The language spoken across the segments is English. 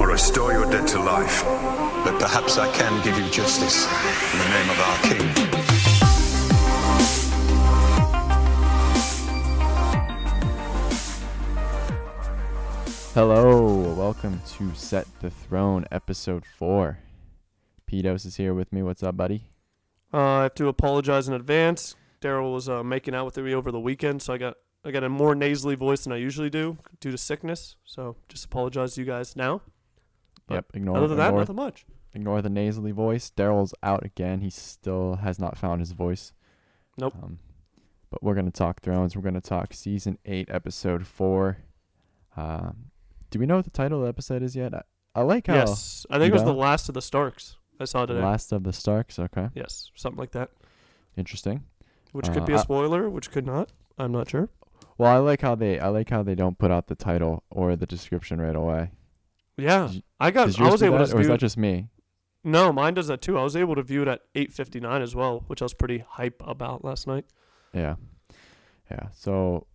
restore your dead to life, but perhaps I can give you justice in the name of our king. Hello, welcome to Set the Throne, episode four. Pedos is here with me. What's up, buddy? Uh, I have to apologize in advance. Daryl was uh, making out with me over the weekend, so I got I got a more nasally voice than I usually do due to sickness. So just apologize to you guys now. But yep, ignore Other than that, ignore, nothing much. ignore the nasally voice. Daryl's out again. He still has not found his voice. Nope. Um, but we're gonna talk Thrones. We're gonna talk season eight, episode four. Um, do we know what the title of the episode is yet? I, I like how Yes, I think you it was the don't? last of the Starks I saw today. Last of the Starks. Okay, Yes, something like that, interesting. which could Uh, be a I- spoiler, which could not. I'm not sure. Well, I like how they I like how they don't put out the title or the description right away. Yeah, Did you- I Does got. I yours was do able that, to or is view. that just me? no, mine does that too. I was able to view it at 8:59 as well, which I was pretty hype about last night. Yeah. Yeah. So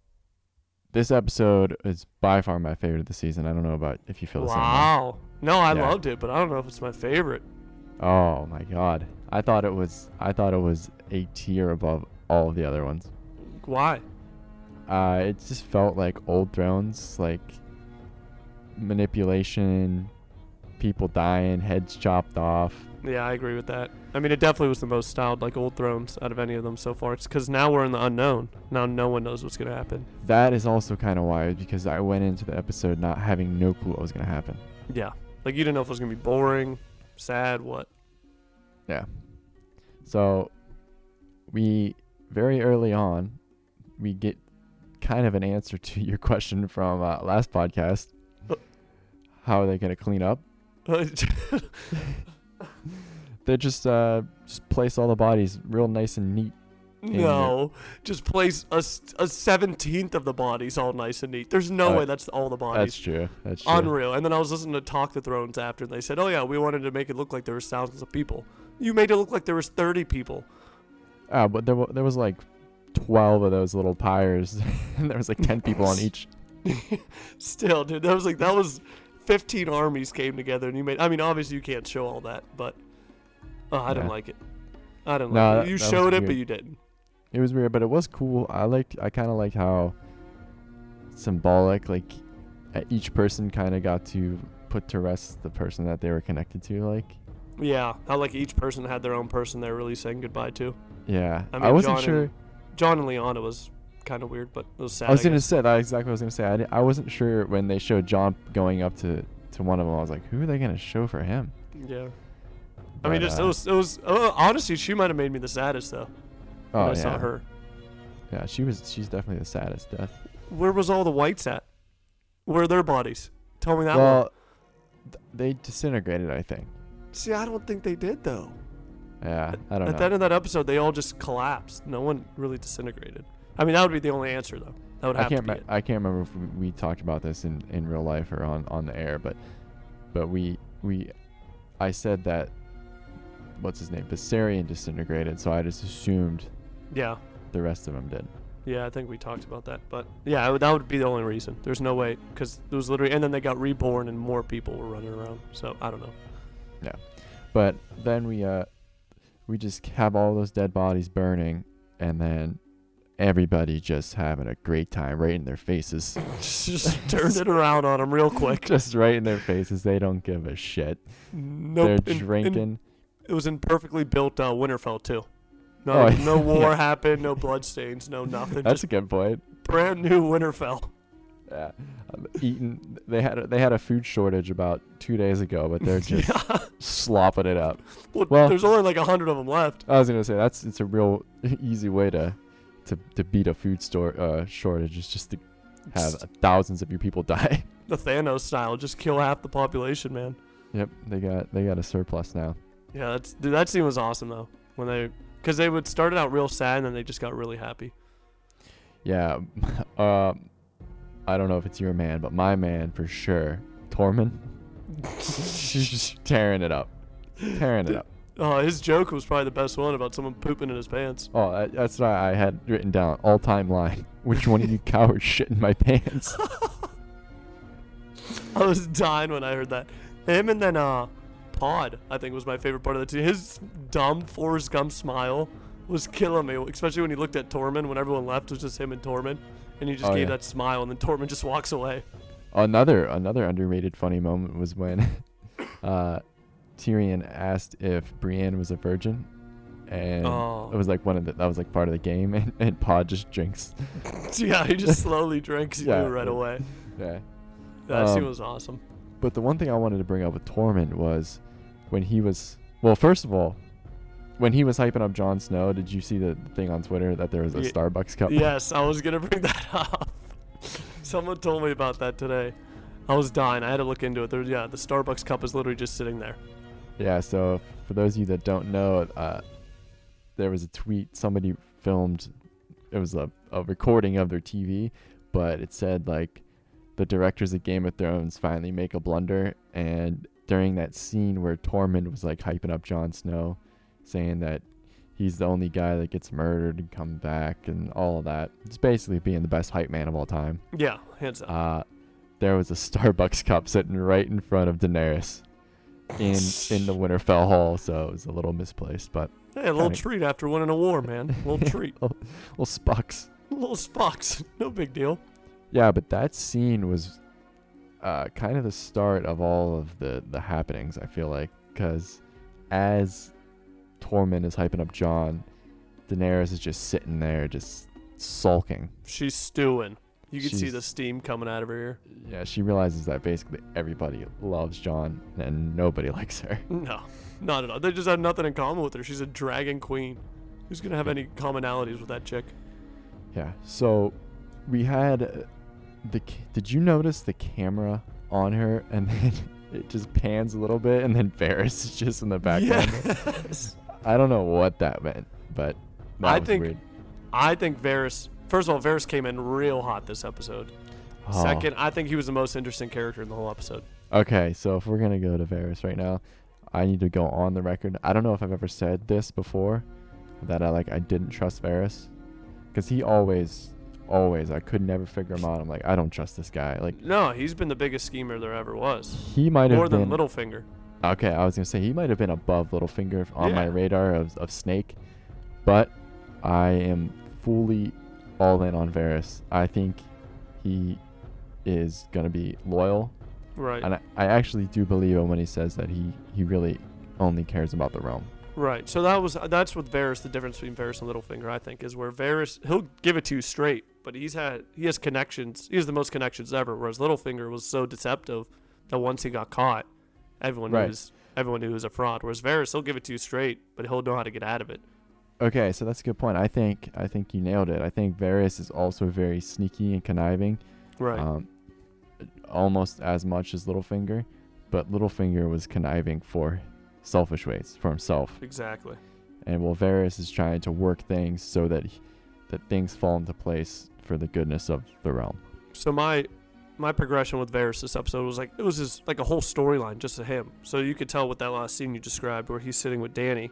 this episode is by far my favorite of the season. I don't know about if you feel the same Wow. No, I Yeah. loved it, but I don't know if it's my favorite. way. Oh my god. I thought it was I thought it was a tier above all of the other ones. Why? Uh it just felt like old thrones, like manipulation, people dying, heads chopped off. Yeah, I agree with that. I mean, it definitely was the most styled, like old thrones, out of any of them so far. It's because now we're in the unknown. Now no one knows what's gonna happen. That is also kind of wild because I went into the episode not having no clue what was going to happen. Yeah, like you didn't know if it was gonna be boring, sad, what? So we very early on we get kind of an answer to your question from uh, last podcast. How are they going to clean up? They just uh, just place all the bodies real nice and neat. no, just place a s- a seventeenth of the bodies all nice and neat. There's no Uh, way that's all the That's bodies. true. That's true. Unreal. And then I was listening to Talk the Thrones after, and they said, "Oh yeah, we wanted to make it look like there was thousands of people. You made it look like there was thirty people." Uh, but there, w- there was like 12 of those little pyres. and there was like 10 people on each. Still, dude, that was like that was 15 armies came together and you made. I mean, obviously you can't show all that, but oh, I didn't Yeah. like it. I didn't No, like that- it. You that was showed it, but weird. you didn't. It was weird, but it was cool. I liked. I kind of liked how symbolic, like uh, each person kind of got to put to rest the person that they were connected to. Like, Yeah, how like each person had their own person they're really saying goodbye to. yeah, I, I mean, wasn't John sure. and- John and Leanna was kind of weird, but it was sad. I was I gonna guess. say that exactly. What I was gonna say. I, di- I wasn't sure when they showed John going up to to one of them. I was like, who are they gonna show for him? yeah. I But, mean, just, it uh, was it was uh, honestly she might have made me the saddest though. Oh when I yeah, saw her. yeah. She was. She's definitely the saddest death. Where was all the whites at? Where are their bodies? Tell me that one. well, th- they disintegrated. I think. See, I don't think they did though. Yeah, I don't At know. the end of that episode, they all just collapsed. No one really disintegrated. I mean, that would be the only answer, though. That would have I can't. to Me- be it. I can't remember if we, we talked about this in, in real life or on, on the air, but but we we I said that what's his name Viserion disintegrated, so I just assumed Yeah, the rest of them did. yeah, I think we talked about that. But yeah, I would- that would be the only reason. There's no way because there was literally, and then they got reborn, and more people were running around. So I don't know. But then we uh we just have all those dead bodies burning, and then everybody just having a great time right in their faces, just turned it around on them real quick. just right in their faces. They don't give a shit. Nope. They're and- and drinking. it was in perfectly built uh, Winterfell too. No, Oh, no yeah. war happened. No bloodstains. No nothing. That's just a good point. brand new Winterfell. Yeah, um, eating. They had a, they had a food shortage about two days ago, but they're just yeah. slopping it up. Well, Well- there's only like a hundred of them left. I was gonna say that's it's a real easy way to to, to beat a food store uh, shortage is just to have Just thousands of your people die. the Thanos style. Just kill half the population, man. yep, they got they got a surplus now. Yeah, that's, dude, that scene was awesome though. When they, because they would started out real sad and then they just got really happy. Yeah, um, I don't know if it's your man, but my man for sure, Tormund. He's just tearing it up, tearing it up. Uh, his joke was probably the best one about someone pooping in his pants. Oh, that- that's what I had written down. All time line. Which one of you cowards shit in my pants? I was dying when I heard that. Him and then uh, Pod, I think was my favorite part of the team. His dumb Forrest Gump smile was killing me, especially when he looked at Tormund. When everyone left, it was just him and Tormund, and he just Oh, gave yeah. that smile, and then Tormund just walks away. Another another underrated funny moment was when uh, Tyrion asked if Brienne was a virgin, and Oh. it was like one of the, that was like part of the game, and, and Pod just drinks. yeah, he just slowly drinks you Yeah. right away. Yeah. That scene Um, was awesome. But the one thing I wanted to bring up with Tormund was when he was well, first of all, when he was hyping up Jon Snow, did you see the thing on Twitter that there was a Ye- Starbucks cup? Yes, I was gonna bring that up. Someone told me about that today. I was dying. I had to look into it. There, yeah, the Starbucks cup is literally just sitting there. Yeah, so for those of you that don't know, uh, there was a tweet somebody filmed. It was a, a recording of their TV, but it said, like, the directors of Game of Thrones finally make a blunder. And during that scene where Tormund was, like, hyping up Jon Snow, saying that he's the only guy that gets murdered and come back and all of that, it's basically being the best hype man of all time. Yeah, hands down. Uh, there was a Starbucks cup sitting right in front of Daenerys in in the Winterfell Hall, so it was a little misplaced, but Hey, a little kinda- treat after winning a war, man. A little treat. well, Spucks. A little Spox. No big deal. Yeah, but that scene was uh, kind of the start of all of the the happenings. I feel like because as Tormund is hyping up John, Daenerys is just sitting there, just sulking. She's stewing. You can see She's- the steam coming out of her ear. Yeah, she realizes that basically everybody loves John and nobody likes her. No, not at all. They just have nothing in common with her. She's a dragon queen. Who's gonna have any commonalities with that chick? Yeah. So we had uh, the. ca- Did you notice the camera on her, and then it just pans a little bit, and then Ferris is just in the background. Yes. I don't know what that meant, but that I was think- weird. I think Varys. First of all, Varys came in real hot this episode. Oh, Second, I think he was the most interesting character in the whole episode. Okay, so if we're gonna go to Ferris right now, I need to go on the record. I don't know if I've ever said this before, that I like I didn't trust Ferris, because he always, always I could never figure him out. I'm like I don't trust this guy. Like No, he's been the biggest schemer there ever was. he might have More than been Littlefinger. Okay, I was gonna say he might have been above Littlefinger on my Yeah. radar of, of Snake, but I am fully all in on Varys. I think he is gonna be loyal, Right. and I, I actually do believe him when he says that he he really only cares about the realm. Right. So that was that's what Varys. The difference between Varys and Littlefinger, I think, is where Varys he'll give it to you straight, but he's had he has connections. He has the most connections ever. Whereas Littlefinger was so deceptive that once he got caught, everyone Right. knew was, everyone knew he was a fraud. Whereas Varys, he'll give it to you straight, but he'll know how to get out of it. Okay, so that's a good point. I think I think you nailed it. I think Varys is also very sneaky and conniving. Right. um, almost as much as Littlefinger, but Littlefinger was conniving for selfish ways for himself, exactly. and while Varys is trying to work things so that he- that things fall into place for the goodness of the realm. So my my progression with Varys this episode was like it was his like a whole storyline just of him. So you could tell with that last scene you described where he's sitting with Danny,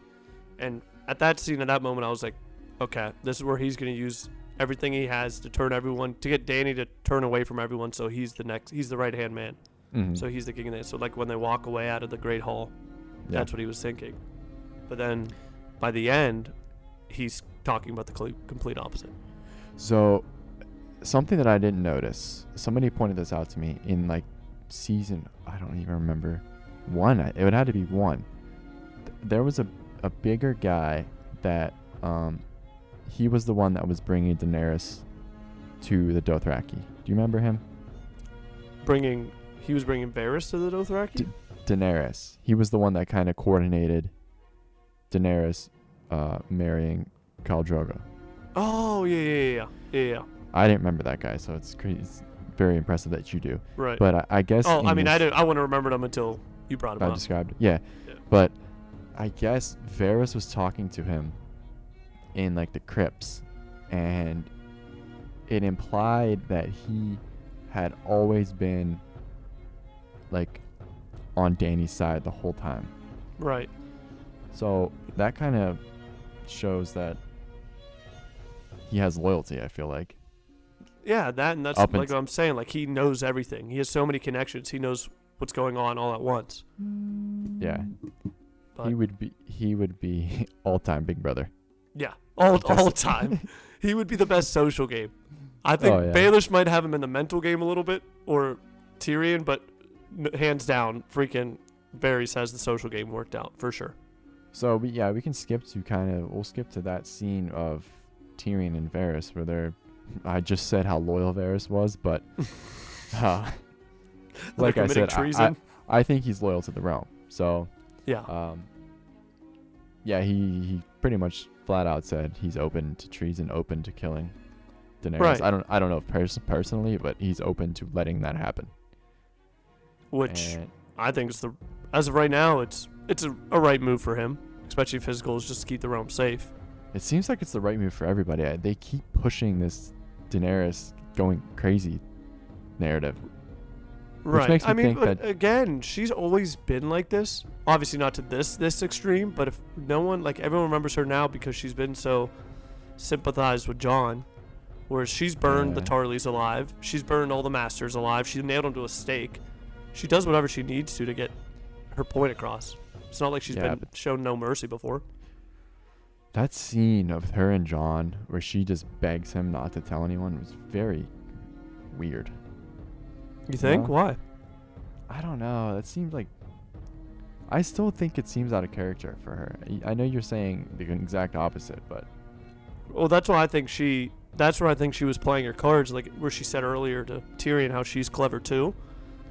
and at that scene at that moment I was like, okay, this is where he's gonna use everything he has to turn everyone to get Danny to turn away from everyone. So he's the next he's the right hand man. Mhm. So he's the king of the. So like when they walk away out of the Great Hall, Yeah. that's what he was thinking. But then by the end, he's talking about the cle- complete opposite. So, something that I didn't notice, somebody pointed this out to me in like season, I don't even remember, one. I- It would have to be one. Th- There was a, a bigger guy that um, he was the one that was bringing Daenerys to the Dothraki. Do you remember him? Bringing he was bringing Varys to the Dothraki. D- Daenerys. He was the one that kind of coordinated Daenerys uh, marrying Khal Drogo. Oh yeah, yeah, yeah, yeah, yeah. I didn't remember that guy, so it's, cra- it's very impressive that you do. Right. But I, I guess. oh, I in mean, I this- didn't. I wouldn't have remembered him until you brought him I up. described. Yeah. Yeah. But I guess Varys was talking to him in like the crypts and it implied that he had always been like on Danny's side the whole time. right. So that kind of shows that he has loyalty, I feel like. Yeah, that and that's Up like unt- what I'm saying. Like he knows everything. He has so many connections. He knows what's going on all at once. Yeah. Mm. But- he would be he would be all time Big Brother. Yeah, all all time. he would be the best social game. I think Oh, yeah. Baelish might have him in the mental game a little bit, or Tyrion, but n- hands down, freaking Varys has the social game worked out for sure. So we, yeah, we can skip to kind of we'll skip to that scene of Tyrion and Varys where they're. I just said how loyal Varys was, but uh, like I committing said, I- treason. I, I think he's loyal to the realm. So yeah, um, yeah, he he pretty much flat out said he's open to treason, open to killing Daenerys. Right. I don't I don't know if pers- personally, but he's open to letting that happen. which And- I think is the as of right now, it's it's a, a right move for him, especially if his goal is just to keep the realm safe. It seems like it's the right move for everybody. I- They keep pushing this Daenerys going crazy narrative. Right. makes me I mean, think but that- again, she's always been like this. Obviously, not to this this extreme, but if no one like everyone remembers her now because she's been so sympathized with John, whereas she's burned the Yeah. Tarleys alive, she's burned all the Masters alive, she nailed them to a stake. She does whatever she needs to to get her point across. It's not like she's Yeah, been shown no mercy before. That scene of her and John where she just begs him not to tell anyone was very weird. You think No. why? I don't know. That seems like I still think it seems out of character for her. I- I know you're saying the exact opposite, but Well, that's why I think she. That's where I think she was playing her cards, like where she said earlier to Tyrion how she's clever too.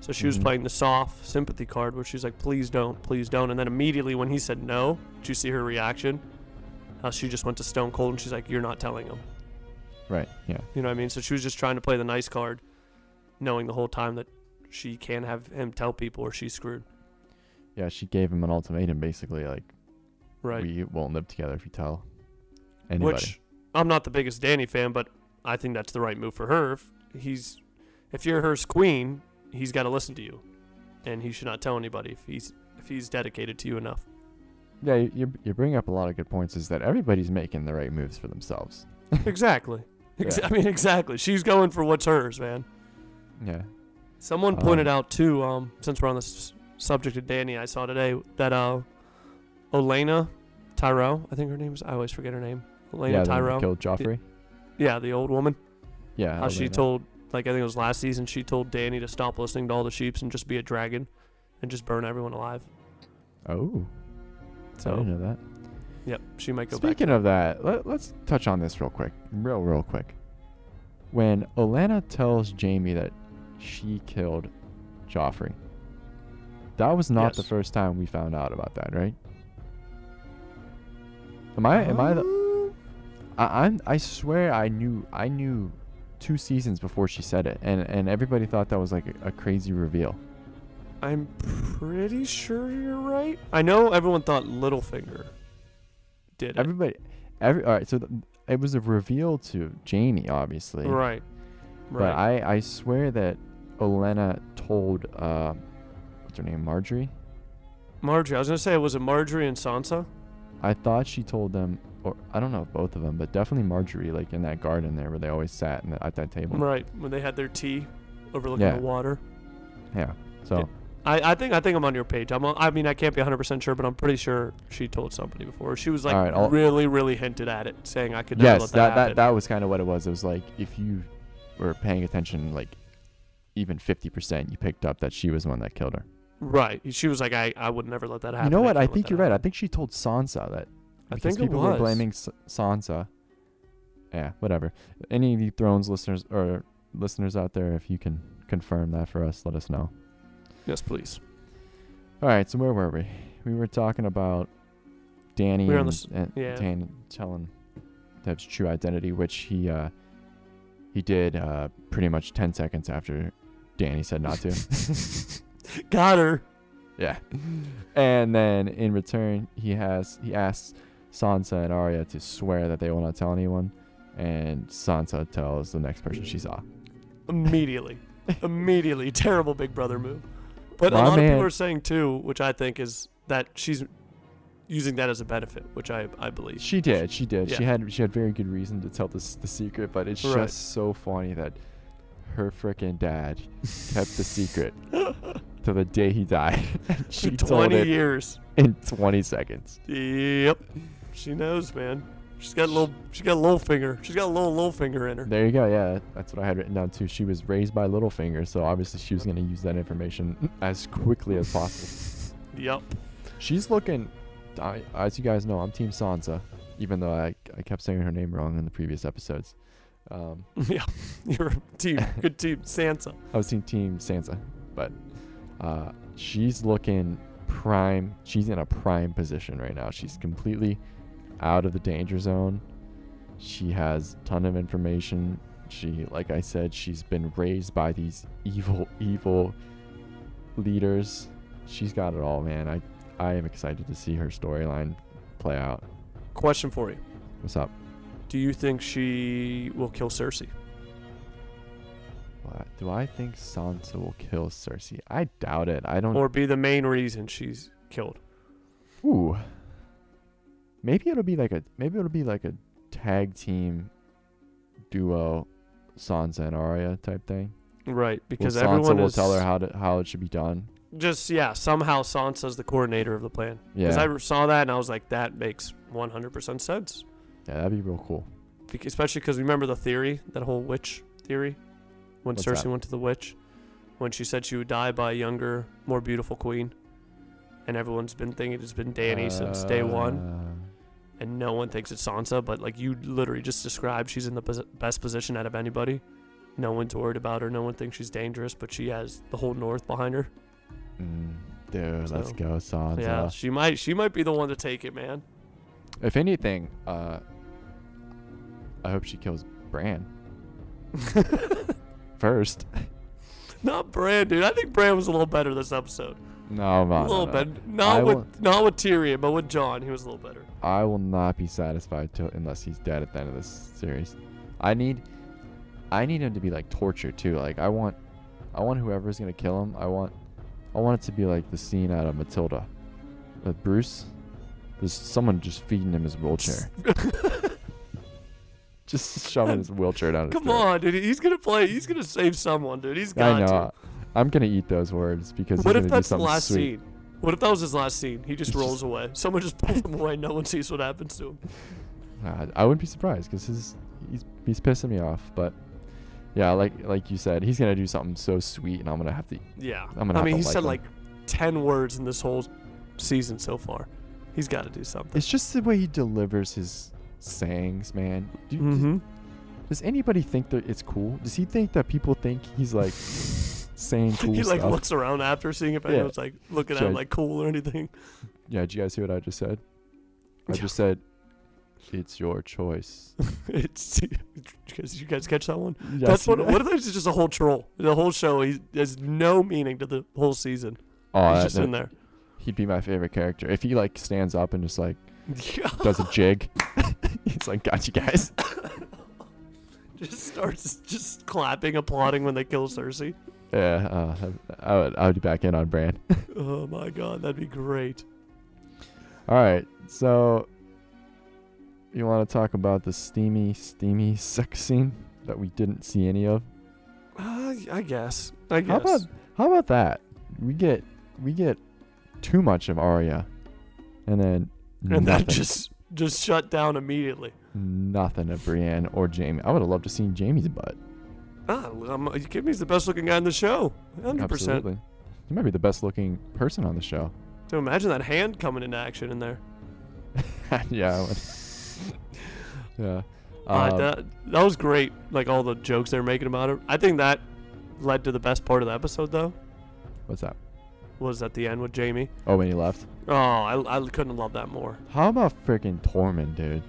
So she was Mhm. playing the soft sympathy card, where she's like, "Please don't, please don't," and then immediately when he said no, did you see her reaction? How she just went to stone cold, and she's like, "You're not telling him." right, yeah. You know what I mean? So she was just trying to play the nice card, knowing the whole time that she can't have him tell people or she's screwed. Yeah, she gave him an ultimatum basically like Right. we won't live together if you tell anybody. Which I'm not the biggest Danny fan, but I think that's the right move for her. If he's if you're hers queen, he's got to listen to you, and he should not tell anybody if he's if he's dedicated to you enough. yeah, you, you you bring up a lot of good points is that everybody's making the right moves for themselves. exactly. Ex- Yeah. I mean, exactly. She's going for what's hers, man. Yeah. Someone pointed Um, out too, um, since we're on the s- subject of Danny, I saw today that uh, Elena Tyrell, I think her name is. I always forget her name. Elena yeah, the one who Tyrell. killed Joffrey. yeah, the old woman. Yeah. how she Elena. told like I think it was last season she told Danny to stop listening to all the sheeps and just be a dragon and just burn everyone alive. Oh, I So didn't know that. yep, she might go back. Speaking of that, let, let's touch on this real quick, real real quick. When Olana tells Jamie that she killed Joffrey, that was not the Yes. first time we found out about that, right? Am I? Am I? Um. The, I, I'm. I swear, I knew. I knew two seasons before she said it, and and everybody thought that was like a, a crazy reveal. I'm pretty sure you're right. I know everyone thought Littlefinger did it. Everybody, every all right. So th it was a reveal to Jamie, obviously. right. But Right. I I swear that Olenna told uh, what's her name, Marjorie. Marjorie, I was gonna say was it Marjorie and Sansa? I thought she told them, or I don't know if both of them, but definitely Marjorie, like in that garden there where they always sat in the, at that table. Right. When they had their tea overlooking Yeah. the water. Yeah. So I, I think I think I'm on your page. I'm on, I mean I can't be 100 percent sure, but I'm pretty sure she told somebody before. She was like All right, I'll- really really hinted at it, saying I could never yes, let that, that that, happen. that was kind of what it was. It was like if you were paying attention, like even fifty percent, you picked up that she was the one that killed her. Right. She was like, I, I would never let that happen. You know what? I can't let think that you're right. I happen." think she told Sansa that. I because think it people were was. blaming S- Sansa. Yeah, whatever. Any of you Thrones listeners or listeners out there, if you can confirm that for us, let us know. Yes, please. All right, so where were we? We were talking about Danny We were on and, the s- and yeah. Danny telling Deb's true identity, which he uh, he did uh, pretty much ten seconds after Danny said not to. Got her. Yeah. And then in return, he has he asks Sansa and Arya to swear that they will not tell anyone, and Sansa tells the next person she saw. Immediately. Immediately. Terrible Big Brother move. But My a lot of man- people are saying, too, which I think is that she's using that as a benefit, which I, I believe. She did. She did. She Yeah. had she had very good reason to tell this the secret, but it's Right. just so funny that her freaking dad kept the secret to the day he died. And she told 20 it years. in 20 seconds. Yep. She knows, man. She's got a little. She got a little finger. She's got a little little finger in her. There you go. Yeah, that's what I had written down too. She was raised by Littlefinger, so obviously she was going to use that information as quickly as possible. Yep. She's looking. I, as you guys know, I'm Team Sansa, even though I, I kept saying her name wrong in the previous episodes. Um, yeah. You're a team. Good team. Sansa. I was seeing Team Sansa, but uh, she's looking prime. She's in a prime position right now. She's completely out of the danger zone. She has a ton of information. She, like I said, she's been raised by these evil, evil leaders. She's got it all, man. I, I am excited to see her storyline play out. Question for you. What's up? Do you think she will kill Cersei? What? Uh, Do I think Sansa will kill Cersei? I doubt it. I don't. Or be the main reason she's killed? Ooh. Maybe it'll be like a maybe it'll be like a tag team duo Sansa and Arya type thing. Right. Well, Because Sansa everyone will is tell her how to, how it should be done. just yeah. Somehow Sansa's the coordinator of the plan. Because Yeah. I saw that and I was like, that makes 100% sense. yeah, that'd be real cool. Bec- especially because remember the theory, that whole witch theory, when What's Cersei that? went to the witch, when she said she would die by a younger, more beautiful queen, and everyone's been thinking it's been Danny since day one, Uh, and no one thinks it's Sansa, but like you literally just described, she's in the pos- best position out of anybody. No one's worried about her. No one thinks she's dangerous, but she has the whole North behind her. mm, dude, let's So, go Sansa. Yeah, she might. She might be the one to take it, man. If anything, uh I hope she kills Bran first. Not Bran, dude. I think Bran was a little better this episode. No, no, a no, little no. bit. I Not with will- not with Tyrion, but with John, he was a little better. I will not be satisfied till unless he's dead at the end of this series. I need I need him to be like tortured too. Like I want I want whoever's gonna kill him, I want I want it to be like the scene out of Matilda. With Bruce. There's someone just feeding him his wheelchair. just shoving his wheelchair down his Come throat. on, dude. He's gonna play. He's gonna save someone, dude. He's got I know. to. I'm gonna eat those words because What he's if gonna that's do the something last sweet. scene? What if that was his last scene? He just It's rolls just- away. Someone just pulls him away. No one sees what happens to him. Uh, I wouldn't be surprised because his he's he's pissing me off. But yeah, like like you said, he's gonna do something so sweet, and I'm gonna have to. Yeah. I'm gonna I have mean, to he like said him. like ten words in this whole season so far. He's got to do something. It's just the way he delivers his sayings, man. Do, does, Mm-hmm. does anybody think that it's cool? Does he think that people think he's like saying cool he like stuff? looks around after seeing if Yeah. anyone's like looking at him Judge. like cool or anything. yeah, did you guys hear what I just said? I Yeah. just said, "It's your choice." it's because you guys catch that one. Did y'all That's see what. that? What if this is just a whole troll? The whole show. He has no meaning to the whole season. Oh, he's that- just that- in there. he'd be my favorite character if he like stands up and just like Yeah. does a jig. he's like, "Got you guys." just starts just clapping, applauding when they kill Cersei. Yeah, uh, I I would I would be back in on Bran. Oh my god, that'd be great. All right, so you want to talk about the steamy, steamy sex scene that we didn't see any of? Uh, I guess. I guess. How about how about that? We get we get too much of Arya, and then and nothing, that just just shut down immediately. nothing of Brienne or Jamie. I would have loved to seen Jamie's butt. Ah, I'm, Kimmy's the best looking guy in the show. 100%. Absolutely, he might be the best looking person on the show. So imagine that hand coming into action in there. yeah, I would. yeah. Uh, Um, that, that was great. Like all the jokes they were making about her. I think that led to the best part of the episode, though, what's that? was at the end with Jamie. Oh, when he left. Oh, I, I couldn't love that more. How about freaking Tormund, dude?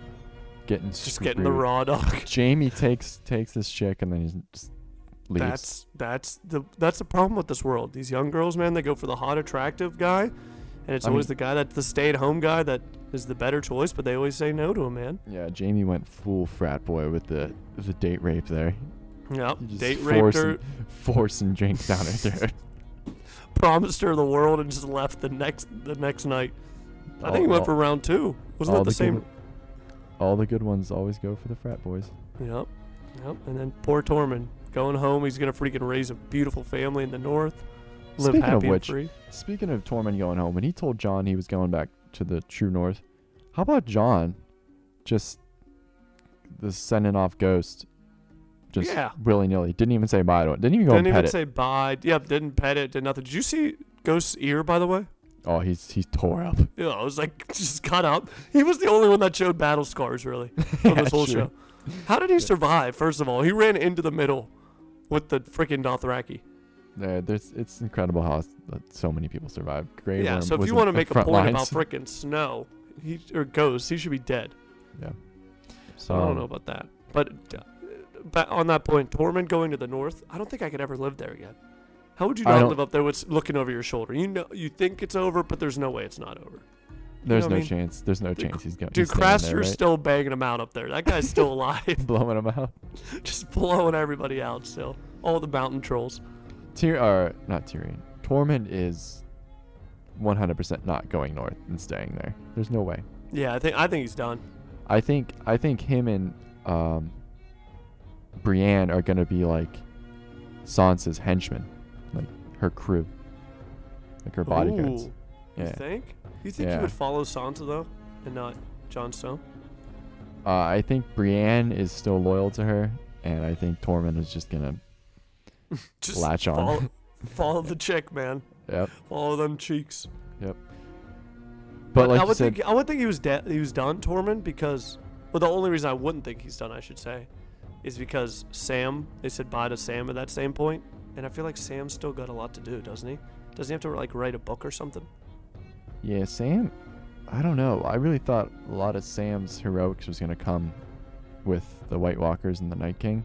Getting Just getting the screwed. raw dog. Jamie takes takes this chick and then he just leaves. That's that's the that's the problem with this world. These young girls, man, they go for the hot, attractive guy, and it's I always mean- the guy that's the stay-at-home guy that is the better choice. But they always say no to him, man. yeah, Jamie went full frat boy with the the date rape there. Yep, He just date raped forcing- her, forcing drinks down her throat. promised her the world, and just left the next the next night. I think he Oh, went for round two. Wasn't all that the same? Good, all the good ones always go for the frat boys. Yep, yep. And then poor Tormund going home. He's gonna freaking raise a beautiful family in the north. live Speaking of happy which- and free. Speaking of Tormund going home, when he told John he was going back to the True North, how about John just the sending off Ghost just Yeah. willy nilly? Didn't even say bye to it. Didn't even go and Didn't even pet it. say bye. Yep, didn't pet it. Did nothing. Did you see Ghost's ear? By the way. Oh, he's he's tore up. Yeah, I was like, just got up. He was the only one that showed battle scars, really, for Yeah, this whole true. show. How did he survive, first of all? He ran into the middle with the freaking Dothraki. Yeah, there's it's incredible how s- that so many people survived. Grey yeah, Worm so if was you in want to the make a front point lines. about freaking Snow he, or Ghost, he should be dead. Yeah. So I Um, don't know about that. But, uh, but on that point, Tormund going to the north, I don't think I could ever live there again. How would you I not don't- live up there with looking over your shoulder? You know, you think it's over, but there's no way it's not over. there's know what no I mean? chance. There's no Dude, chance he's going. Dude, he's staying Craster's there, right? still banging him out up there. That guy's still alive. blowing him out. just blowing everybody out still. All the mountain trolls. Tyr, or not Tyrion. Tormund is 100% not going north and staying there. There's no way. Yeah, I think I think he's done. I think I think him and um, Brienne are gonna be like Sansa's henchmen, like her crew, like her bodyguards. Ooh, You Yeah. think? You think he Yeah. would follow Sansa though, and not Jon Snow? Uh, I think Brienne is still loyal to her, and I think Tormund is just gonna. Just Latch on. Follow, follow the chick, man. Yep. Follow them cheeks. But like I you would said, think I would think he was dead. He was done, Tormund, because well, the only reason I wouldn't think he's done, I should say, is because Sam. They said bye to Sam at that same point, and I feel like Sam's still got a lot to do, doesn't he? Doesn't he have to like write a book or something? yeah, Sam. I don't know. I really thought a lot of Sam's heroics was gonna come with the White Walkers and the Night King.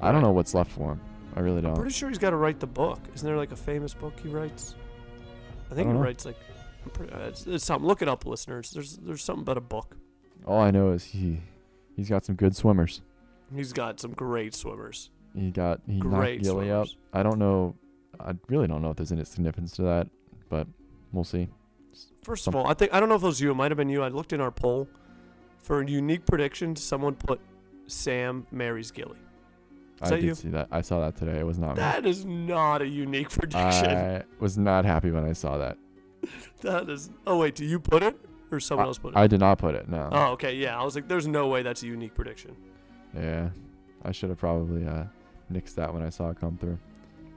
I don't Right. know what's left for him. I really I'm don't. pretty sure he's got to write the book. Isn't there like a famous book he writes? I think don't he know. writes like. I'm pretty- uh, It's, it's something. Look it up, listeners. There's there's something about a book. All I know is he, he's got some good swimmers. He's got some great swimmers. He got he Great knocked Gilly out. swimmers. I don't know. I really don't know if there's any significance to that, but we'll see. First of all, I think I don't know if it was you. It might have been you. I looked in our poll for unique predictions. Someone put Sam marries Gilly. I that did you? see that. I saw that today. It was not me. That is not a unique prediction. I was not happy when I saw that. that is. Oh wait, do you put it or someone else put it? I did not put it. No. oh okay, yeah. I was like, there's no way that's a unique prediction. Yeah. I should have probably uh, nixed that when I saw it come through.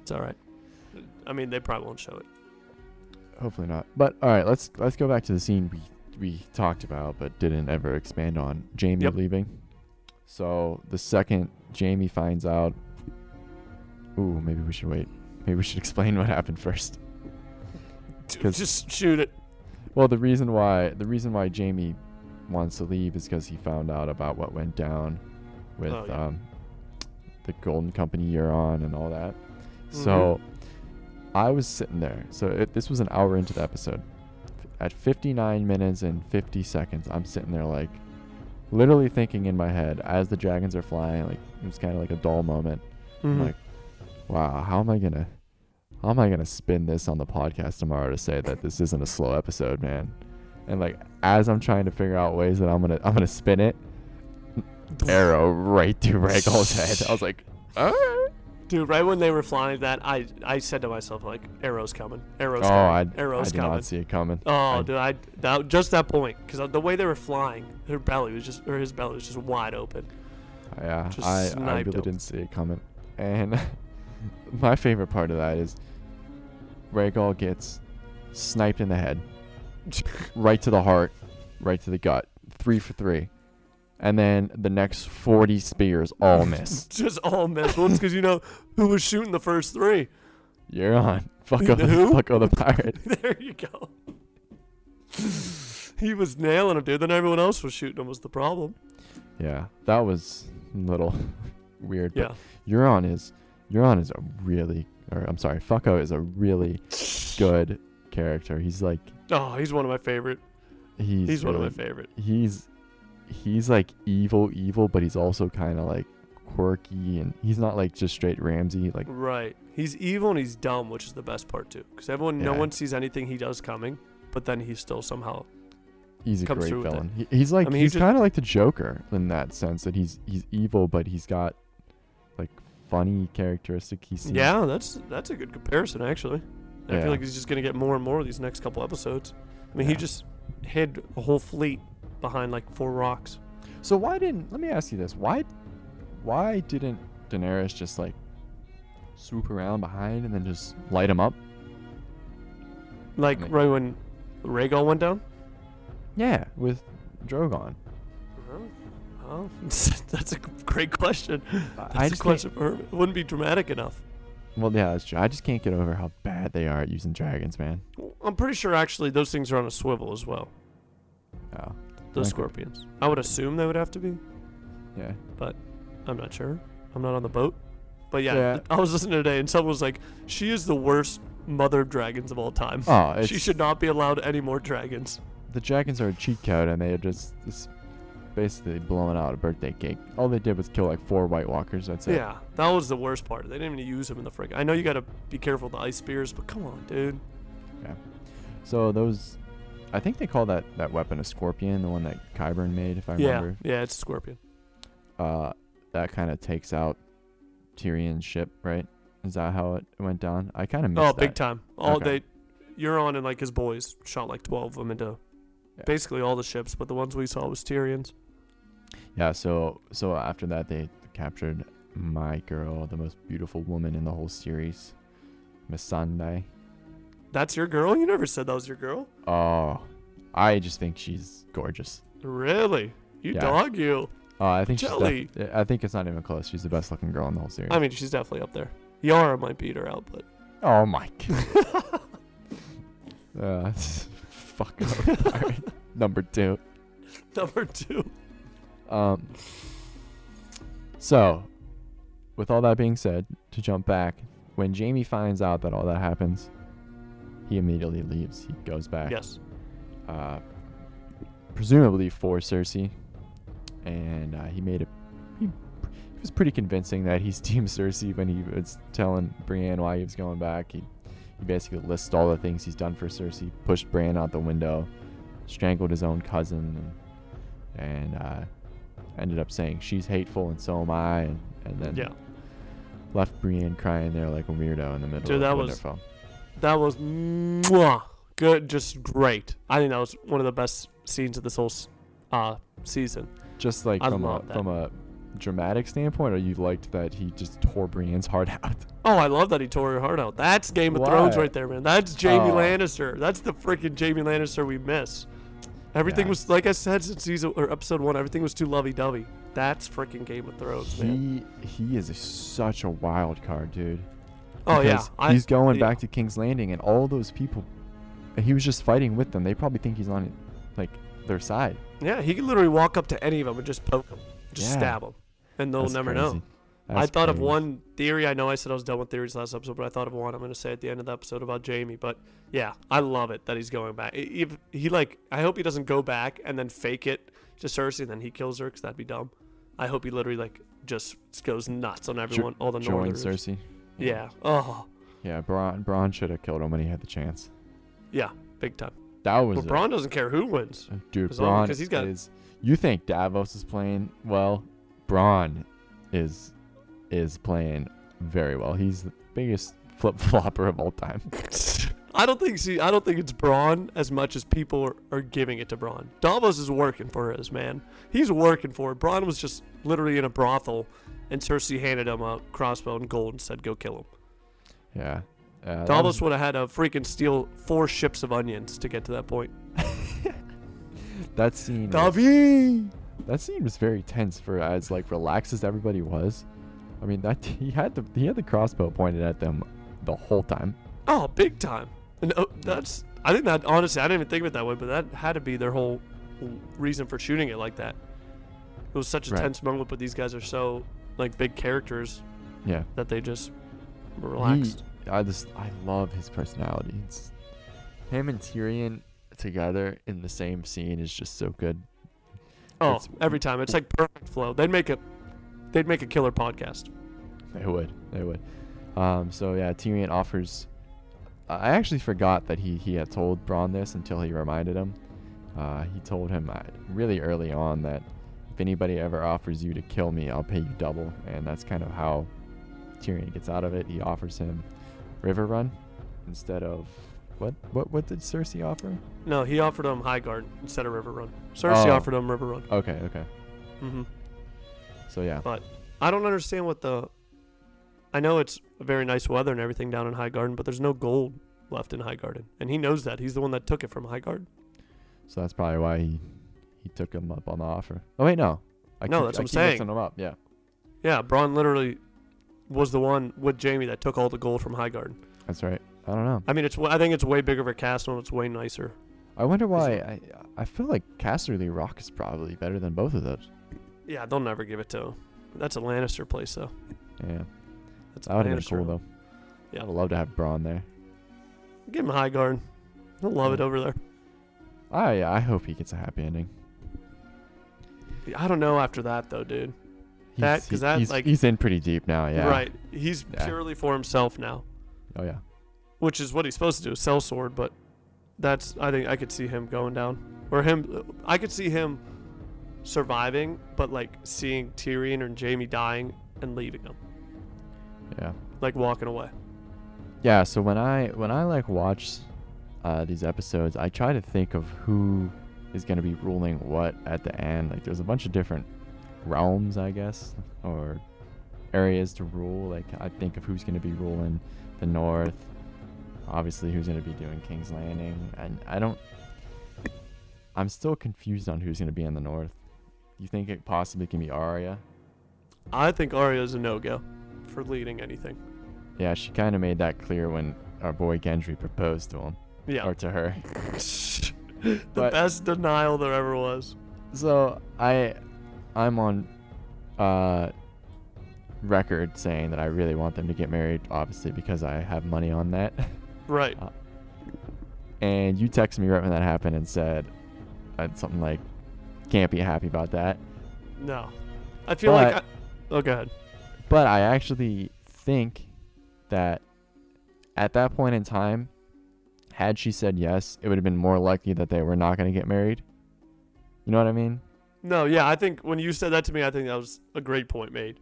It's all right. I mean, they probably won't show it. Hopefully not. But all right, let's let's go back to the scene we we talked about but didn't ever expand on. Jamie Yep. leaving. So the second Jamie finds out, ooh, maybe we should wait. Maybe we should explain what happened first. Dude, 'Cause- Just shoot it. Well, the reason why the reason why Jamie wants to leave is because he found out about what went down with Oh, yeah. um, the Golden Company you're on and all that. Mm-hmm. So I was sitting there. So it, this was an hour into the episode. At 59 minutes and 50 seconds, I'm sitting there like literally thinking in my head as the dragons are flying. Like it was kind of like a dull moment. I'm Mhm. like, wow, how am I gonna, how am I gonna spin this on the podcast tomorrow to say that this isn't a slow episode, man? And like as I'm trying to figure out ways that I'm gonna, I'm gonna spin it, arrow right through Ragdoll's head. I was like, "Ah." Dude, right when they were flying that, I I said to myself like, "Arrows coming, arrows oh, I, I coming, did arrows coming." not see it coming. oh, I- dude, I that, just that point because the way they were flying, her belly was just or his belly was just wide open. Yeah, Just I, I really sniped him. didn't see it coming. And my favorite part of that is Rhaegal gets sniped in the head, right to the heart, right to the gut, three for three. And then the next 40 spears all miss. Just all missed ones because you know who was shooting the first three. You're on. Fuck up the, Who? fuck up the pirate. there you go. he was nailing him, dude. Then everyone else was shooting him was the problem. Yeah, that was a little weird. Yeah, But Euron is, Euron is a really, or I'm sorry, Fucko is a really good character. He's like, oh, he's one of my favorite. he's, He's, one of really- my favorite. he's he's like evil evil but he's also kind of like quirky and he's not like just straight ramsey like Right. He's evil and he's dumb, which is the best part too. Because everyone, no Yeah. one sees anything he does coming, but then he still somehow. he's a Comes great through with it. villain he, he's like mean, he he's just- kind of like the joker in that sense that he's he's evil but he's got like funny characteristic he seems. Yeah, that's that's a good comparison actually. I Yeah. feel like he's just gonna get more and more these next couple episodes. I mean, he Yeah. just hid a whole fleet behind like four rocks. So why didn't? Let me ask you this: Why, why didn't Daenerys just like swoop around behind and then just light him up? Like Right. right when Rhaegal went down. Yeah, with Drogon. Oh, that's a great question. That's I a just question for her. It wouldn't be dramatic enough. Well, yeah, that's true. I just can't get over how bad they are at using dragons, man. I'm pretty sure actually those things are on a swivel as well. Oh, Those Okay. scorpions. I would assume they would have to be. yeah. I'm not sure. I'm not on the boat. But yeah, Yeah. I was listening today and someone was like, she is the worst mother of dragons of all time. Oh, it's, she should not be allowed any more dragons. The dragons are a cheat code, and they are just, just basically blowing out a birthday cake. All they did was kill like four White Walkers. That's it. yeah, that was the worst part. They didn't even use them in the frig. I know you got to be careful with the ice spears, but come on, dude. So those, I think they call that that weapon a scorpion, the one that Kyburn made, if I Yeah, remember. yeah, it's a scorpion. Uh, that kind of takes out Tyrion's ship, right? Is that how it went down? I kind of missed Oh, that. big time. All Okay. they, Euron and like his boys shot like 12 of them into Yeah. basically all the ships, but the ones we saw was Tyrion's. Yeah, so so after that they captured my girl, the most beautiful woman in the whole series, Miss Sunday. That's your girl? You never said that was your girl. Oh, I just think she's gorgeous. Really? You Yeah. dog you. Oh, I think she's Jelly. def- I think it's not even close. She's the best looking girl in the whole series. I mean, she's definitely up there. Yara might beat her out, but oh my god. uh, fuck up. All right. Number two. number two. Um, so, with all that being said, to jump back, when Jamie finds out that all that happens, he immediately leaves. He goes back, Yes. uh, presumably for Cersei, and uh, he made a. He, he was pretty convincing that he's Team Cersei when he was telling Brienne why he was going back. He, he basically lists all the things he's done for Cersei, pushed Brienne out the window, strangled his own cousin, and, and uh, ended up saying she's hateful and so am I, and, and then Yeah. left Brienne crying there like a weirdo in the middle Dude, of that was- Winterfell. That was mwah, good. Just great. I think that was one of the best scenes of this whole s- uh, season. just like I from a love that. from a dramatic standpoint, or you liked that he just tore Brienne's heart out. Oh, I love that he tore her heart out. That's Game of Thrones Why? right there, man. That's Jamie Oh. Lannister. That's the freaking Jamie Lannister we miss. Everything Yeah. was like I said since season or episode one. Everything was too lovey-dovey. That's freaking Game of Thrones, man. He he is a, such a wild card, dude. Oh yeah, Because I- he's going yeah. back to King's Landing, and all those people, he was just fighting with them. They probably think he's on like their side. Yeah, he could literally walk up to any of them and just poke them, just Yeah. stab them, and they'll That's never know. crazy. That's I thought of crazy. one theory. I know I said I was done with theories last episode, but I thought of one I'm going to say at the end of the episode about Jamie. But yeah, I love it that he's going back. I- If he like, I hope he doesn't go back and then fake it to Cersei and then he kills her because that'd be dumb. I hope he literally like just goes nuts on everyone, all the Join Northerners. Cersei. Yeah. Oh, Yeah, Braun Braun should have killed him when he had the chance. yeah, big time. That was But a- Braun doesn't care who wins. Dude, As long- Braun 'cause he's got- is. You think Davos is playing well? Braun is is playing very well. He's the biggest flip flopper of all time. I don't think see I don't think it's Braun as much as people are, are giving it to Braun. Davos is working for his man. He's working for it. Braun was just literally in a brothel and Cersei handed him a crossbow and gold and said go kill him. Yeah. Uh, that Davos was- would have had to freaking steal four ships of onions to get to that point. that scene. was- Davi that scene was very tense for as like relaxed as everybody was. I mean, that he had the he had the crossbow pointed at them the whole time. Oh, big time. And oh, that's I think that honestly I didn't even think of it that way, but that had to be their whole reason for shooting it like that. It was such a Right. tense moment, but these guys are so like big characters Yeah. that they just were relaxed. He, I just I love his personality. It's, him and Tyrion together in the same scene is just so good. oh, it's- every time it's like perfect flow. They'd make a, they'd make a killer podcast. They would. They would. Um, so yeah, Tyrion offers. I actually forgot that he he had told Bronn this until he reminded him. Uh, he told him uh, really early on that if anybody ever offers you to kill me, I'll pay you double, and that's kind of how Tyrion gets out of it. He offers him River Run instead of what? What? What did Cersei offer? No, he offered him Highguard instead of River Run. Cersei Oh. offered him River Run. Okay, okay. hmm So yeah, But I don't understand what the. I know it's very nice weather and everything down in High Garden, but there's no gold left in High Garden, and he knows that. He's the one that took it from High Garden. so that's probably why he he took him up on the offer. Oh wait, no. I No, keep- that's I what I'm keep saying. mixing 'em up. Yeah. Yeah, Braun literally was the one with Jamie that took all the gold from High Garden. That's right. I don't know. I mean, it's wa- I think it's way bigger of a castle and it's way nicer. I wonder why. I I feel like Casterly Rock is probably better than both of those. Yeah, they'll never give it to him. That's a Lannister place, though. Yeah, That's a that would have been Lannister cool home. though. Yeah. I'd love to have Braun there. Give him High Garden. He'll love it over there. I I hope he gets a happy ending. I don't know after that though, dude. That- 'cause that, he's, like- he's in pretty deep now. Yeah. Right. He's Yeah. purely for himself now, Oh yeah. which is what he's supposed to do, sell sword, but that's I think I could see him going down. Or him I could see him surviving, but like seeing Tyrion and Jamie dying and leaving him. Yeah. Like walking away. yeah so when i when i like watch uh, these episodes i try to think of who is going to be ruling what at the end like there's a bunch of different realms i guess or areas to rule like i think of who's going to be ruling the north obviously who's going to be doing king's landing and i don't i'm still confused on who's going to be in the north you think it possibly can be Arya? I think Arya's a no go for leading anything. Yeah, she kind of made that clear when our boy Gendry proposed to him Yeah. or to her. the But- best denial there ever was. So I, I'm on, uh, record saying that I really want them to get married, obviously because I have money on that. Right. Uh, And you texted me right when that happened and said, uh, something like, "Can't be happy about that." No. I feel like But- I, Oh, go ahead. But I actually think that at that point in time, had she said yes, it would have been more likely that they were not going to get married. You know what I mean? No, yeah, I think when you said that to me, I think that was a great point made.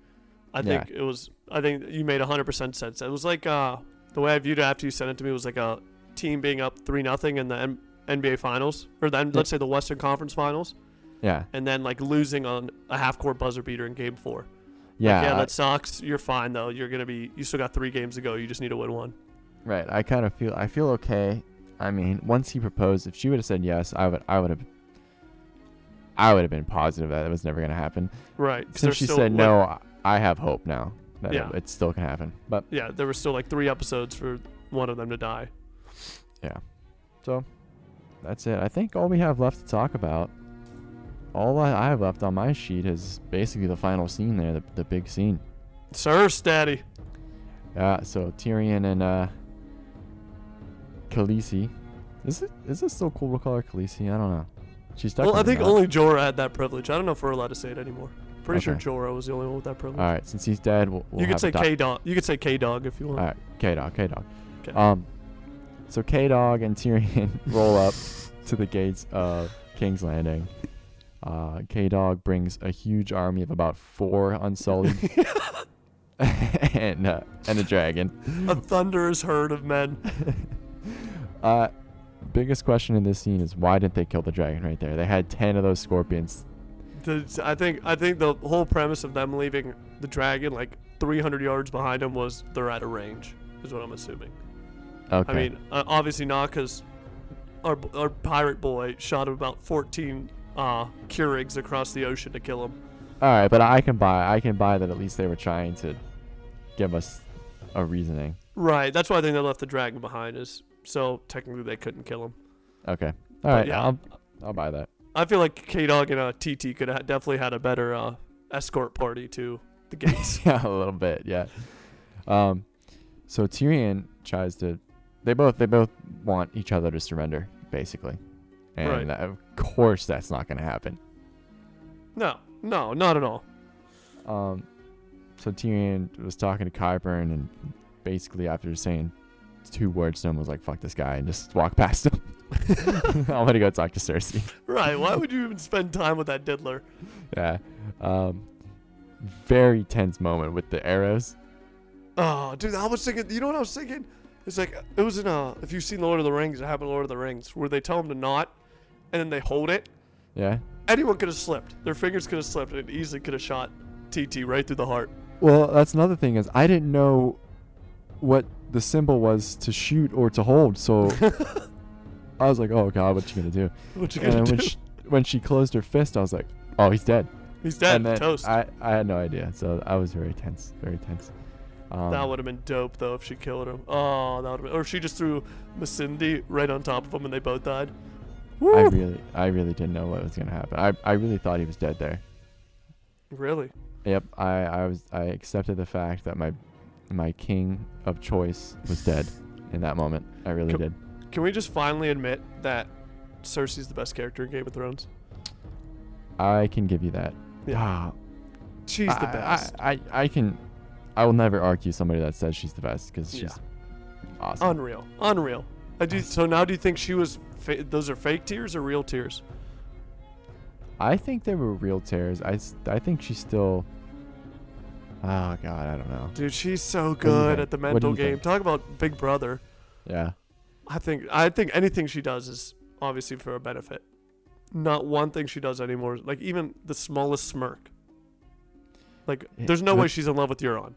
I Yeah. think it was. I think you made hundred percent sense. It was like uh, the way I viewed it after you sent it to me was like a team being up three nothing in the N- NBA Finals, or then Yeah. let's say the Western Conference Finals, Yeah. and then like losing on a half court buzzer beater in Game Four. Yeah. Like, I- yeah, that sucks. You're fine though. You're gonna be. You still got three games to go. You just need to win one. Right. I kind of feel I feel okay. I mean, once he proposed, if she would have said yes, I would I would have I would have been positive that it was never going to happen. Right. 'cause Since there's she still, said like- no, I I have hope now that Yeah. it, it still can happen. But Yeah, there were still like three episodes for one of them to die. that's it. I think all we have left to talk about all I, I have left on my sheet is basically the final scene there, the, the big scene. Cersei, Daddy. Uh, so Tyrion and uh, Khaleesi. Is it is it still cool to call her Khaleesi? I don't know. She's Well, I technically think not. only Jorah had that privilege. I don't know if we're allowed to say it anymore. Pretty Okay. sure Jorah was the only one with that privilege. All right, since he's dead, we'll, we'll you could have a say doc- K Dog. You could say K Dog if you want. All right, K Dog, K Dog. 'Kay. Um, so K Dog and Tyrion roll up to the gates of King's Landing. Uh, K Dog brings a huge army of about four Unsullied and uh, and a dragon. A thunderous herd of men. Uh, biggest question in this scene is why didn't they kill the dragon right there? They had ten of those scorpions. The- I think I think the whole premise of them leaving the dragon like 300 yards behind them was they're out of range. Is what I'm assuming. Okay. I mean, uh, obviously not because our our pirate boy shot about 14 uh, Keurigs across the ocean to kill him. all right, but I can buy I can buy that at least they were trying to give us a reasoning. Right. That's why I think they left the dragon behind. Is so technically they couldn't kill him. Okay. All right. yeah. I'll I'll buy that. I feel like K Dog and uh, TT could have definitely had a better uh, escort party to the gates. yeah, a little bit, yeah. Um, so Tyrion tries to. They both they both want each other to surrender, basically, and Right. that- of course that's not going to happen. no, no, not at all. Um, so Tyrion was talking to Kyburn, and basically after saying two words to him, was like "fuck this guy" and just walk past him. I'm gonna go talk to Cersei. Right? Why would you even spend time with that diddler? Yeah. Um, very tense moment with the arrows. Oh, dude, I was thinking. You know what I was thinking? It's like it was in uh, if you've seen Lord of the Rings, it happened in Lord of the Rings, where they tell them to knot, and then they hold it. Yeah. Anyone could have slipped. Their fingers could have slipped, and it easily could have shot TT right through the heart. Well, that's another thing is I didn't know what the symbol was to shoot or to hold, so I was like, "Oh God, what you gonna do?" What you and then gonna do? when she, when she closed her fist, I was like, "Oh, he's dead." He's dead. and then Toast. I, I had no idea, so I was very tense, very tense. Um, that would have been dope though if she killed him. Oh, that would have been. Or if she just threw Masindi right on top of him and they both died. I Woo! really, I really didn't know what was gonna happen. I, I really thought he was dead there. really? Yep, I, I was, I accepted the fact that my, my king of choice was dead in that moment. I really Cool. did. Can we just finally admit that Cersei's the best character in Game of Thrones? I can give you that. Yeah. Ah, She's the I- best. I, I, I can, I will never argue somebody that says she's the best because she's Yeah. awesome. Unreal. Unreal. I do. Nice. So now, do you think she was? Fa- those are fake tears or real tears? I think there were real tears. I, s- I think she's still. Oh God, I don't know. Dude, she's so do you good think? at the What do mental you game. think? Talk about Big Brother. Yeah. I think I think anything she does is obviously for her benefit. Not one thing she does anymore. Like even the smallest smirk. Like Yeah, there's no the- way she's in love with Euron.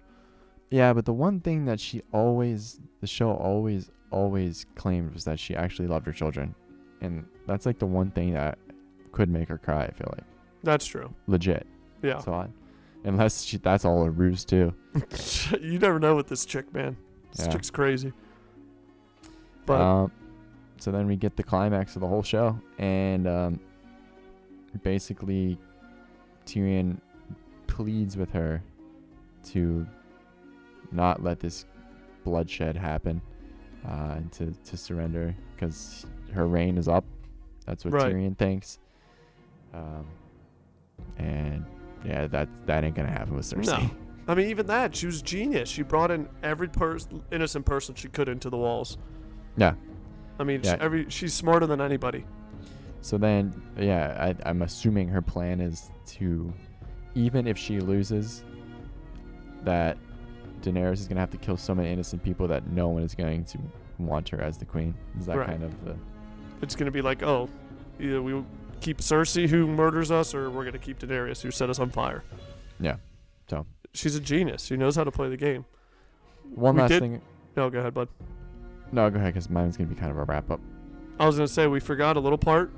Yeah, but the one thing that she always, the show always, always claimed was that she actually loved her children, and that's like the one thing that could make her cry. I feel like That's true. legit. Yeah. So I, unless she, that's all a ruse too. you never know with this chick, man. This Yeah. chick's crazy. But um, so then we get the climax of the whole show, and um, basically Tyrion pleads with her to not let this bloodshed happen, uh, and to to surrender because her reign is up. That's what Right. Tyrion thinks. Um, and yeah, that that ain't gonna happen with Cersei. No. I mean, even that, she was genius. She brought in every person, innocent person she could into the walls. Yeah. I mean, Yeah. she, every she's smarter than anybody. So then, yeah, I, I'm assuming her plan is to, even if she loses, that Daenerys is gonna have to kill so many innocent people that no one is going to want her as the queen. Is that Right. kind of the? It's gonna be like, oh, either we keep Cersei who murders us, or we're gonna keep Daenerys who set us on fire. Yeah. So. she's a genius. She knows how to play the game. One We last did- thing. No, go ahead, bud. No, go ahead, because mine's gonna be kind of a wrap up. I was gonna say we forgot a little part,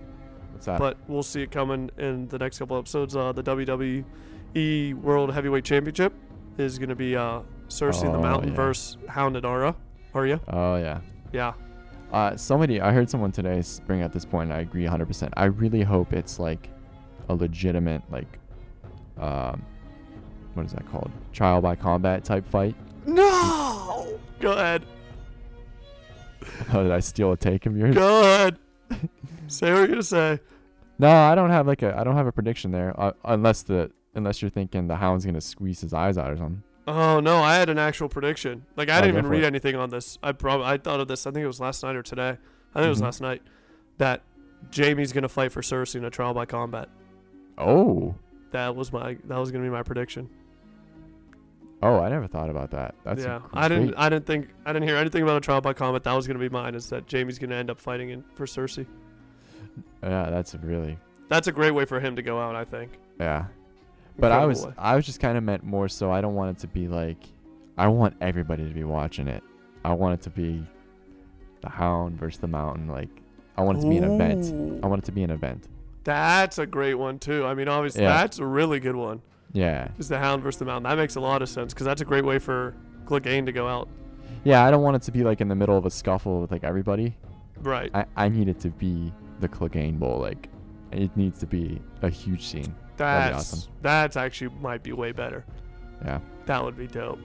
What's that? but we'll see it coming in the next couple episodes. Uh, the WWE World Heavyweight Championship is gonna be uh, Cersei in the Oh, Mountain yeah. versus Hounded Ara. Are you? oh yeah. Yeah. Uh, somebody, I heard someone today s- bring up this point. And I agree 100%. I really hope it's like a legitimate, like, um, what is that called? Trial by combat type fight. No. Go ahead. Oh, did I steal a take of yours? Go ahead. say what you're gonna say. No, I don't have like a I don't have a prediction there, uh, unless the unless you're thinking the hound's gonna squeeze his eyes out or something. Oh no, I had an actual prediction. Like I Oh, didn't go even for read it. anything on this. I prob- I thought of this. I think it was last night or today. I think it was Mhm. last night that Jamie's gonna fight for Cersei in a trial by combat. Oh, That was my that was gonna be my prediction. oh, I never thought about that. That's yeah, I I didn't I didn't think I didn't hear anything about a trial by combat. That was gonna be mine. Is that Jamie's gonna end up fighting in, for Cersei? Yeah, that's a really That's a great way for him to go out. I think. yeah. But I Incredible was way. I was just kind of meant more so. I don't want it to be like I want everybody to be watching it. I want it to be the hound versus the mountain. Like I want it to be an event. Ooh. I want it to be an event. That's a great one too. I mean, obviously, Yeah. that's a really good one. Yeah, Is the Hound versus the Mountain? That makes a lot of sense because that's a great way for Clegane to go out. yeah. I don't want it to be like in the middle of a scuffle with like everybody. Right. I, I need it to be the Clegane Bowl. Like, it needs to be a huge scene. that'd be That's awesome. that's actually might be way better. Yeah. That would be dope.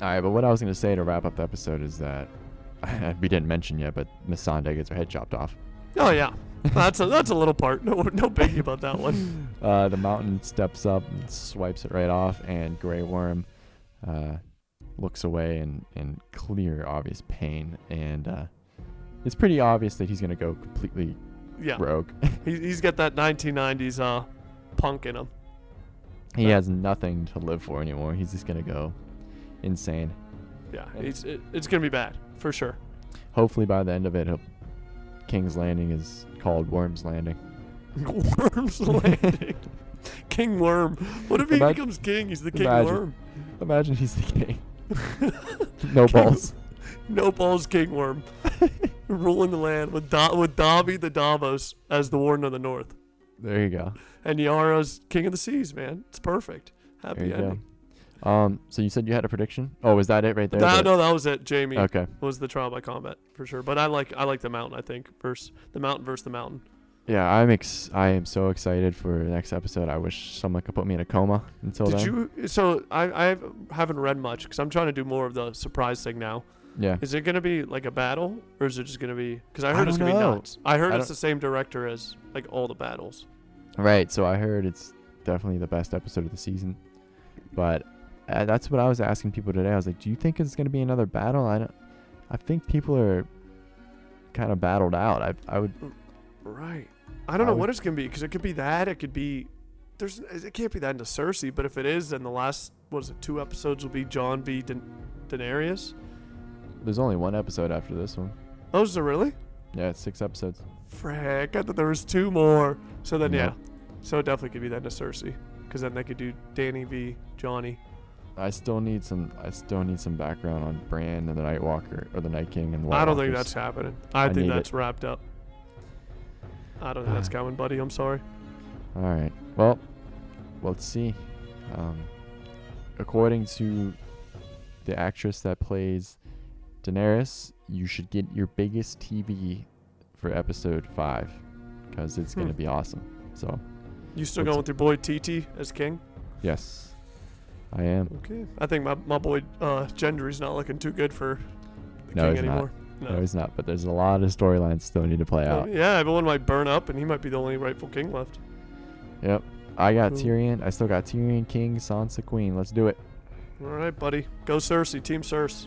All right, but what I was going to say to wrap up the episode is that we didn't mention yet, but Missandei gets her head chopped off. Oh yeah, that's a that's a little part. No no biggie about that one. Uh, the mountain steps up and swipes it right off, and Grey Worm uh, looks away in, in clear, obvious pain. And uh, it's pretty obvious that he's going to go completely Yeah, rogue. he, he's got that 1990s uh punk in him. he Yeah. has nothing to live for anymore. He's just going to go insane. Yeah, Yeah. it's it, it's gonna be bad for sure. Hopefully by the end of it, he'll- King's Landing is called Worm's Landing. Worm's landing. King Worm. What if he Imag- becomes king? He's the King imagine. Worm. Imagine he's the king. no King- balls. No balls, King Worm. Ruling the land with Do- with Dobby the Davos as the Warden of the North, There you go. and Yara's King of the Seas. Man, it's perfect. There Happy you ending. go. Um, so you said you had a prediction? Oh, is Uh, that it right there? That, The- no, that was it. Jamie Okay. was the trial by combat for sure. But I like I like the mountain. I think versus the mountain versus the mountain. Yeah, I'm ex- I am so excited for the next episode. I wish someone could put me in a coma until Did then. you? So I I haven't read much because I'm trying to do more of the surprise thing now. Yeah. Is it gonna be like a battle, or is it just gonna be? Because I I heard it's don't gonna know. be nuts. I heard I it's don't- the same director as like all the battles. Right. So I heard it's definitely the best episode of the season, but uh, that's what I was asking people today. I was like, "Do you think it's gonna be another battle?" I don't. I think people are kind of battled out. I I would. Right. I don't know I would- what it's gonna be because it could be that. It could be. There's. It can't be that into Cersei, but if it is, then the last what is it? Two episodes will be John v. Da- Daenerys. There's only one episode after this one. Oh, is there really? Yeah, it's six episodes. Frick! I thought there was two more. So then, No. yeah. So it definitely could be that into Cersei, because then they could do Danny v. Johnny. I still need some. I still need some background on Bran and the Night Walker or the Night King and. the White I don't think Walkers. that's happening. I, I think need that's it. wrapped up. I don't think that's coming, buddy. I'm sorry. All right. Well, let's see. Um, according to the actress that plays Daenerys, you should get your biggest TV for episode five because it's going to Hmm. be awesome. So, You still What's going with your boy TT as king? yes, I am. Okay. I think my, my boy uh, Gendry's not looking too good for the No, king he's not. anymore. No, he's not, but there's a lot of storylines still need to play I out. mean, yeah, everyone might burn up, and he might be the only rightful king left. Yep. I got Cool. Tyrion. I still got Tyrion, King, Sansa, Queen. Let's do it. All right, buddy. Go Cersei. Team Cersei.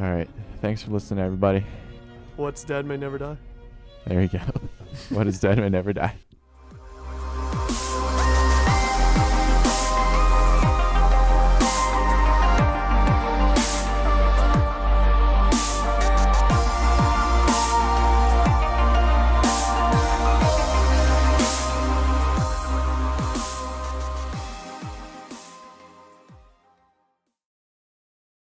All right. Thanks for listening, everybody. What's dead may never die. There you go. what is dead may never die.